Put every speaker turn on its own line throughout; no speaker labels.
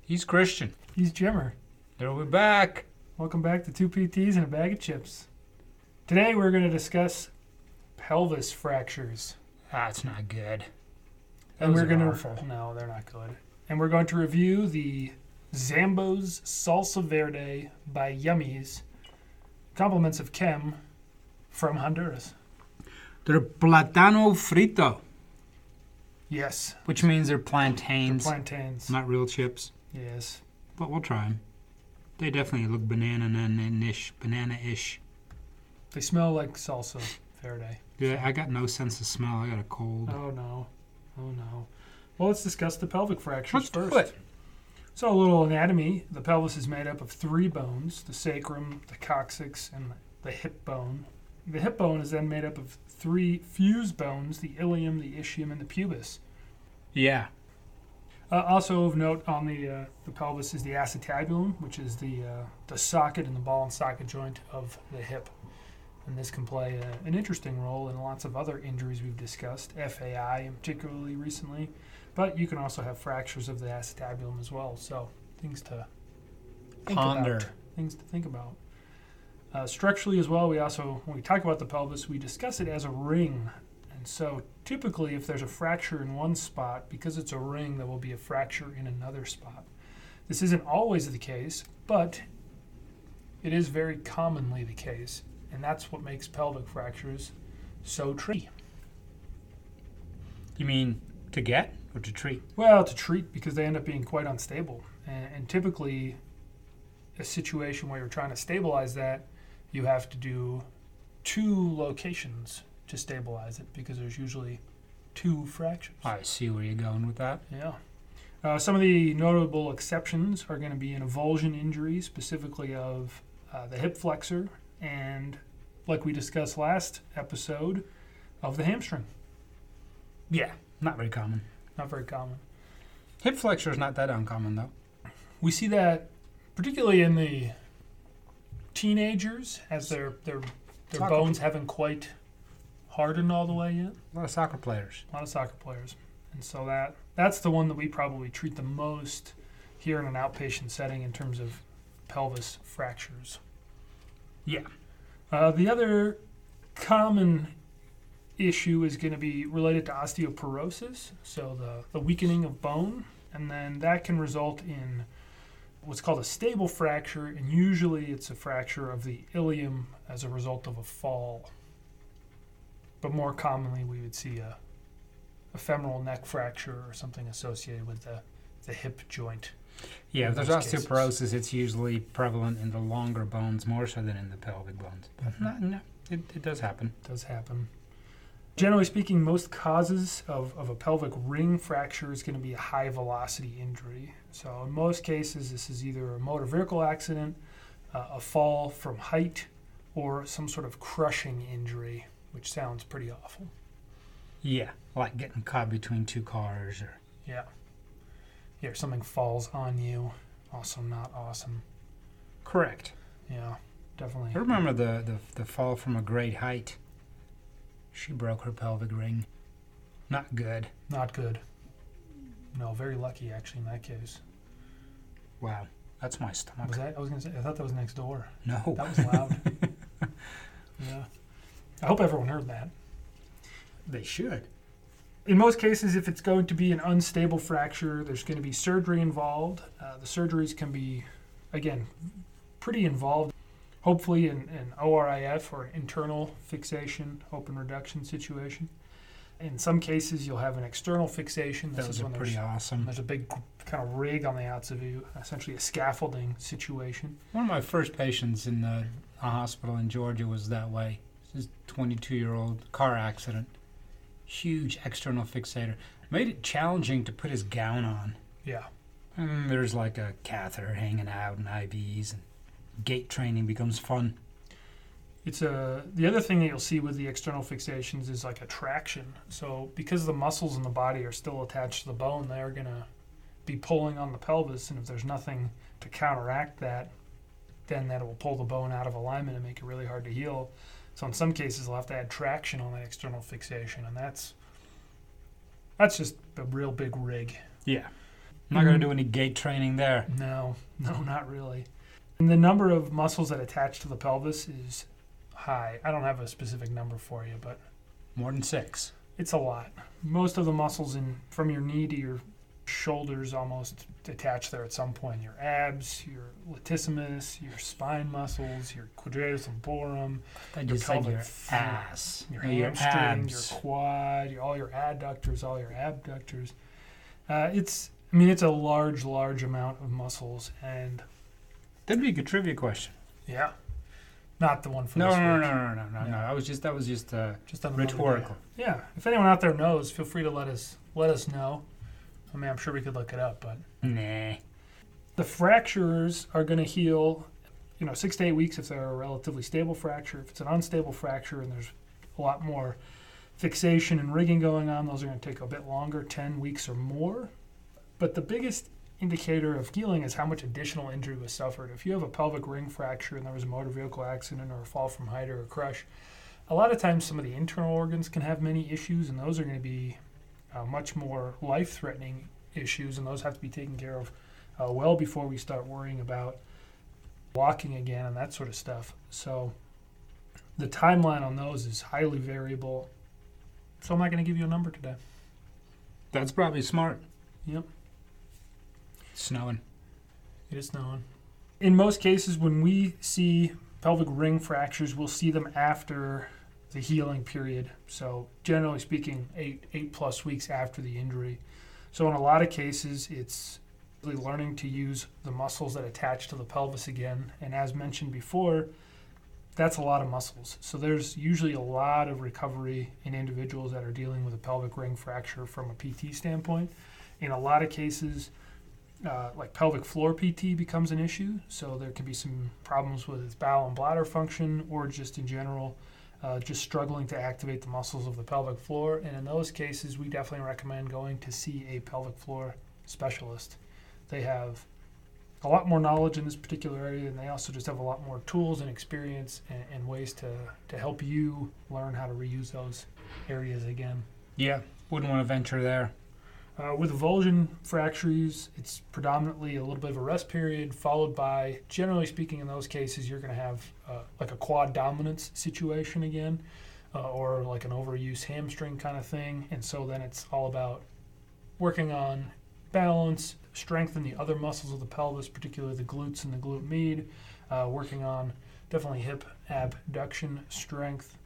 He's Christian.
He's Jimmer.
They'll be back.
Welcome back to Two PTs and a Bag of Chips. Today we're going to discuss pelvis fractures.
That's not good.
And
Those
we're
are
going to.
awful.
No, they're not good. And we're going to review the Zambo's Salsa Verde by Yummies, compliments of Kem from Honduras.
They're platano frito,
Yes,
which means they're
they're
plantains,
plantains.
not real chips.
Yes.
But we'll try them. They definitely look banana-ish, banana-ish.
They smell like salsa verde.
Yeah, I got no sense of smell. I got a cold.
Oh no. Oh no. Well, let's discuss the pelvic fractures
Let's do
first.
it.
So, a little anatomy. The pelvis is made up of three bones the sacrum, the coccyx, and the hip bone. The hip bone is then made up of three fused bones the ilium, the ischium, and the pubis.
Yeah.
Uh, also of note on the uh, the pelvis is the acetabulum, which is the uh, the socket and the ball and socket joint of the hip, and this can play uh an interesting role in lots of other injuries we've discussed, FAI particularly recently, but you can also have fractures of the acetabulum as well. So things to think
Ponder.
about, things to think about. Uh, structurally as well, we also when we talk about the pelvis, we discuss it as a ring. And so typically, if there's a fracture in one spot, because it's a ring, there will be a fracture in another spot. This isn't always the case, but it is very commonly the case. And that's what makes pelvic fractures so tricky.
You mean to get or to treat?
Well, to treat because they end up being quite unstable. And, and typically, a situation where you're trying to stabilize that, you have to do two locations to stabilize it because there's usually two fractures.
I see where you're going with that.
Yeah. Uh, some of the notable exceptions are going to be an avulsion injury, specifically of uh, the hip flexor, and like we discussed last episode, of the hamstring.
Yeah, not very common.
Not very common.
Hip flexor is not that uncommon though.
We see that particularly in the teenagers as their their their
Soccer.
bones haven't quite hardened all the way yet.
A lot of soccer players.
A lot of soccer players, and so that that's the one that we probably treat the most here in an outpatient setting in terms of pelvis fractures.
Yeah.
Uh, the other common issue is going to be related to osteoporosis, so the, the weakening of bone, and then that can result in what's called a stable fracture, and usually it's a fracture of the ilium as a result of a fall. But more commonly, we would see a, a femoral neck fracture or something associated with the, the hip joint.
Yeah, if
In
there's
most cases.
osteoporosis, it's usually prevalent in the longer bones more so than in the pelvic bones. But no, no, it, it does happen.
does happen. Generally speaking, most causes of, of a pelvic ring fracture is going to be a high velocity injury. So, in most cases, this is either a motor vehicle accident, uh, a fall from height, or some sort of crushing injury, which sounds pretty awful.
Yeah, like getting caught between two cars or
Yeah. Yeah, or something falls on you. Also, not awesome.
correct.
Yeah, definitely.
I remember the, the the fall from a great height. She broke her pelvic ring. Not good.
Not good. No, very lucky, actually, in that case.
Wow, that's my stomach.
Was that, I was going to say, I thought that was next door.
No.
That was loud. yeah. I hope everyone heard that.
They should.
In most cases, if it's going to be an unstable fracture, there's going to be surgery involved. Uh, the surgeries can be, again, pretty involved. Hopefully, in an ORIF or internal fixation, open reduction situation. In some cases, you'll have an external fixation. This
That was
is
a
when
pretty
there's,
awesome.
there's a big kind of rig on the outs of you, essentially a scaffolding situation.
One of my first patients in the a hospital in Georgia was that way. This is 22 year old car accident. Huge external fixator. Made it challenging to put his gown on.
Yeah.
And there's like a catheter hanging out and IVs and gait training becomes fun.
It's a the other thing that you'll see with the external fixations is like a traction. So because the muscles in the body are still attached to the bone, they're gonna be pulling on the pelvis, and if there's nothing to counteract that, then that will pull the bone out of alignment and make it really hard to heal. So in some cases, they'll have to add traction on that external fixation, and that's that's just a real big rig.
Yeah. I'm not
Mm-hmm.
going to do any gait training there.
No, no, not really. And the number of muscles that attach to the pelvis is high. I don't have a specific number for you, but
More than six.
it's a lot. Most of the muscles in from your knee to your shoulders almost attach there at some point. Your abs, your latissimus, your spine muscles, your quadratus lumborum,
I
Your
just said
pelvic
your
floor,
ass,
your
No, Uh, your
hamstring, your
abs.
quad, your, all your adductors, all your abductors. Uh, it's, I mean, it's a large, large amount of muscles, and
That'd be a good trivia question.
yeah, not the one for
No,
this
no, no,
week.
no, no, no, no, no.
Yeah.
I was just that was just uh,
Just on another day.
rhetorical.
Yeah. If anyone out there knows, feel free to let us let us know. I mean, I'm sure we could look it up, but
Nah.
the fractures are going to heal, you know, six to eight weeks if they're a relatively stable fracture. If it's an unstable fracture and there's a lot more fixation and rigging going on, those are going to take a bit longer, 10 weeks or more. But the biggest indicator of healing is how much additional injury was suffered. If you have a pelvic ring fracture and there was a motor vehicle accident or a fall from height or a crush, a lot of times some of the internal organs can have many issues, and those are going to be uh, much more life threatening issues, and those have to be taken care of uh, well before we start worrying about walking again and that sort of stuff. So the timeline on those is highly variable. So I'm not going to give you a number today.
That's probably smart.
Yep.
Snowing.
It is known. In most cases, when we see pelvic ring fractures, we'll see them after the healing period. So, generally speaking, eight eight plus weeks after the injury. So, in a lot of cases, it's really learning to use the muscles that attach to the pelvis again. And as mentioned before, that's a lot of muscles. So, there's usually a lot of recovery in individuals that are dealing with a pelvic ring fracture from a PT standpoint. In a lot of cases, uh, like pelvic floor PT becomes an issue. So there can be some problems with its bowel and bladder function, or just in general, uh, just struggling to activate the muscles of the pelvic floor. And in those cases, we definitely recommend going to see a pelvic floor specialist. They have a lot more knowledge in this particular area, and they also just have a lot more tools and experience and, and ways to, to help you learn how to reuse those areas again.
Yeah. Wouldn't want to venture there.
Uh, with avulsion fractures, it's predominantly a little bit of a rest period, followed by, generally speaking, in those cases, you're going to have uh, like a quad dominance situation again, uh, or like an overuse hamstring kind of thing. And so then it's all about working on balance, strengthen the other muscles of the pelvis, particularly the glutes and the glute med, uh, working on definitely hip abduction strength,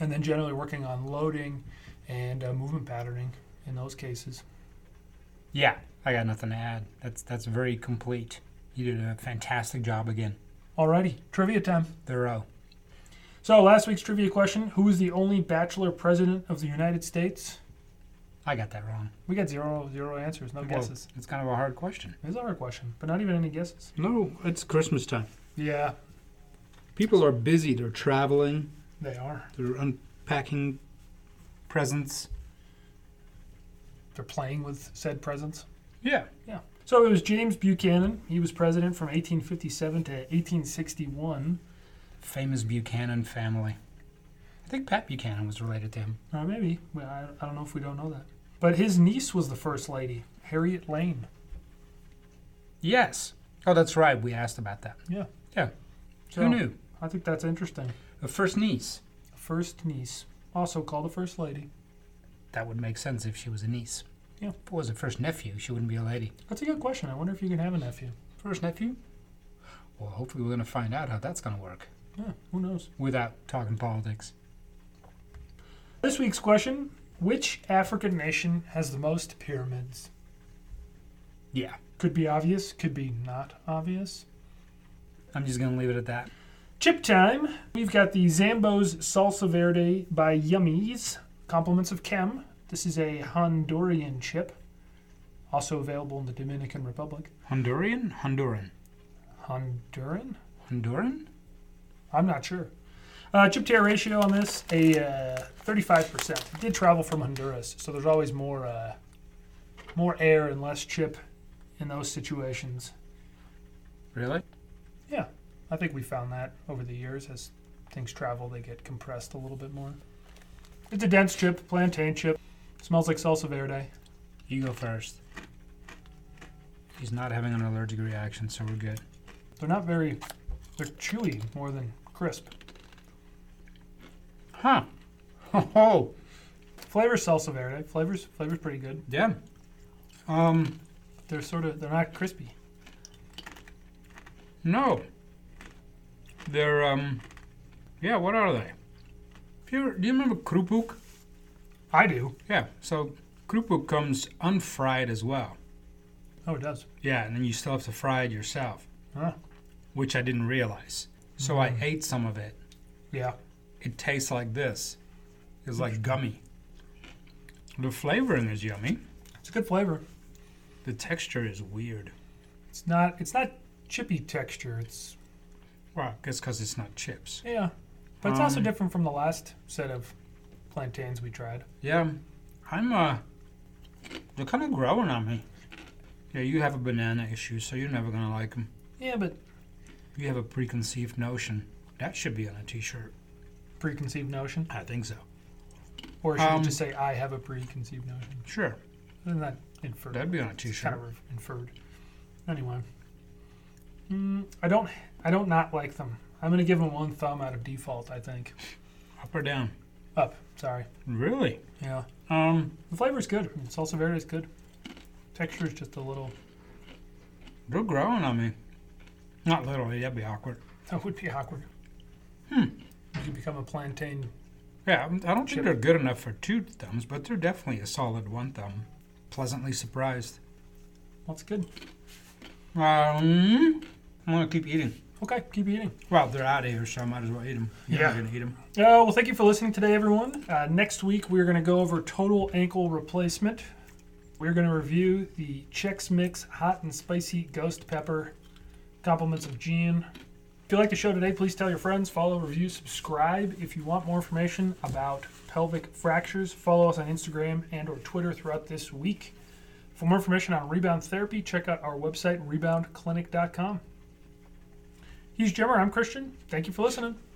and then generally working on loading and uh, movement patterning in those cases.
Yeah. I got nothing to add. That's that's very complete. You did a fantastic job again.
Alrighty, trivia time.
Thorough.
So last week's trivia question: Who is the only bachelor president of the United States?
I got that wrong.
We got zero zero answers, no
Whoa,
guesses.
It's kind of a hard question.
It's a hard question, but not even any guesses.
No, it's Christmas time.
Yeah,
People are busy. They're traveling.
they are.
They're unpacking.
Presents.
They're playing with said presidents.
Yeah.
So it was James Buchanan. He was president from 1857 to 1861.
Famous Buchanan family. I think Pat Buchanan was related to him.
Or maybe well, I, I don't know if we don't know that. But his niece was the first lady, Harriet Lane.
Yes. Oh, that's right. We asked about that.
Yeah.
Yeah.
So
Who knew?
I think that's interesting.
The first niece.
First niece, also called the first lady.
That would make sense if she was a niece.
Yeah.
If it was a first nephew, she wouldn't be a lady.
That's a good question. I wonder if you can have a nephew.
First nephew? Well, hopefully we're going to find out how that's going to work
Yeah, who knows?
without talking politics.
This week's question Which African nation has the most pyramids?
Yeah.
Could be obvious, could be not obvious.
I'm just going to leave it at that.
Chip time. We've got the Zambos Salsa Verde by Yummies, compliments of Chem. This is a Honduran chip, also available in the Dominican Republic.
Honduran? Honduran.
Honduran?
Honduran?
I'm not sure. Uh, chip to air ratio on this a uh, 35%. It did travel from Honduras, so there's always more uh, more air and less chip in those situations.
Really?
I think we found that over the years as things travel, they get compressed a little bit more. It's a dense chip, plantain chip. Smells like salsa verde.
You go first. He's not having an allergic reaction, so we're good.
They're not very. They're chewy more than crisp.
Huh. Oh,
Flavor salsa verde. Flavors flavors pretty good.
yeah. Um,
They're sort of they're not crispy.
no. They're, um, yeah, what are they? If you, do you remember Krupuk?
I do.
Yeah, so Krupuk comes unfried as well.
Oh, it does.
Yeah, and then you still have to fry it yourself,
Huh.
which I didn't realize. So I ate some of it.
Yeah.
It tastes like this. It's like gummy. The flavoring is yummy.
It's a good flavor.
The texture is weird.
It's not it's not chippy texture. It's
Well, I guess because it's not chips.
yeah, but it's also
Um,
different from the last set of plantains we tried.
Yeah, I'm, uh, they're kind of growing on me. Yeah, you have a banana issue, so you're never going to like them.
Yeah, but
You have a preconceived notion. That should be on a t shirt.
preconceived notion,
I think so.
or should
Um,
we just say I have a preconceived notion?
Sure,
Isn't that inferred?
that'd be on a t
it's kind
shirt.
of inferred. Anyway, mm, I don't I don't not like them. I'm gonna give them one thumb out of default. I think
Up or down?
up. Sorry.
Really?
Yeah.
Um,
The flavor's good. I mean, Salsa verde is good. Texture is just a little.
they're growing on me. Not literally, that'd be awkward.
That would be awkward. Hmm. You could become a plantain.
Yeah, I'm- I don't
Chip.
think they're good enough for two thumbs, but they're definitely a solid one thumb. Pleasantly surprised.
That's good.
Um, I'm gonna keep eating.
Okay, keep eating.
Well, they're out of here, so I might as well eat them.
Yeah.
gonna eat them.
Oh, well, thank you for listening today, everyone. Uh, next week, we're going to go over total ankle replacement. We're going to review the Chex Mix Hot and Spicy Ghost Pepper, compliments of Gene. If you like the show today, please tell your friends, follow, review, subscribe. If you want more information about pelvic fractures, follow us on Instagram and or Twitter throughout this week. For more information on rebound therapy, check out our website, reboundclinic.com. He's Jimmer. I'm Christian. Thank you for listening.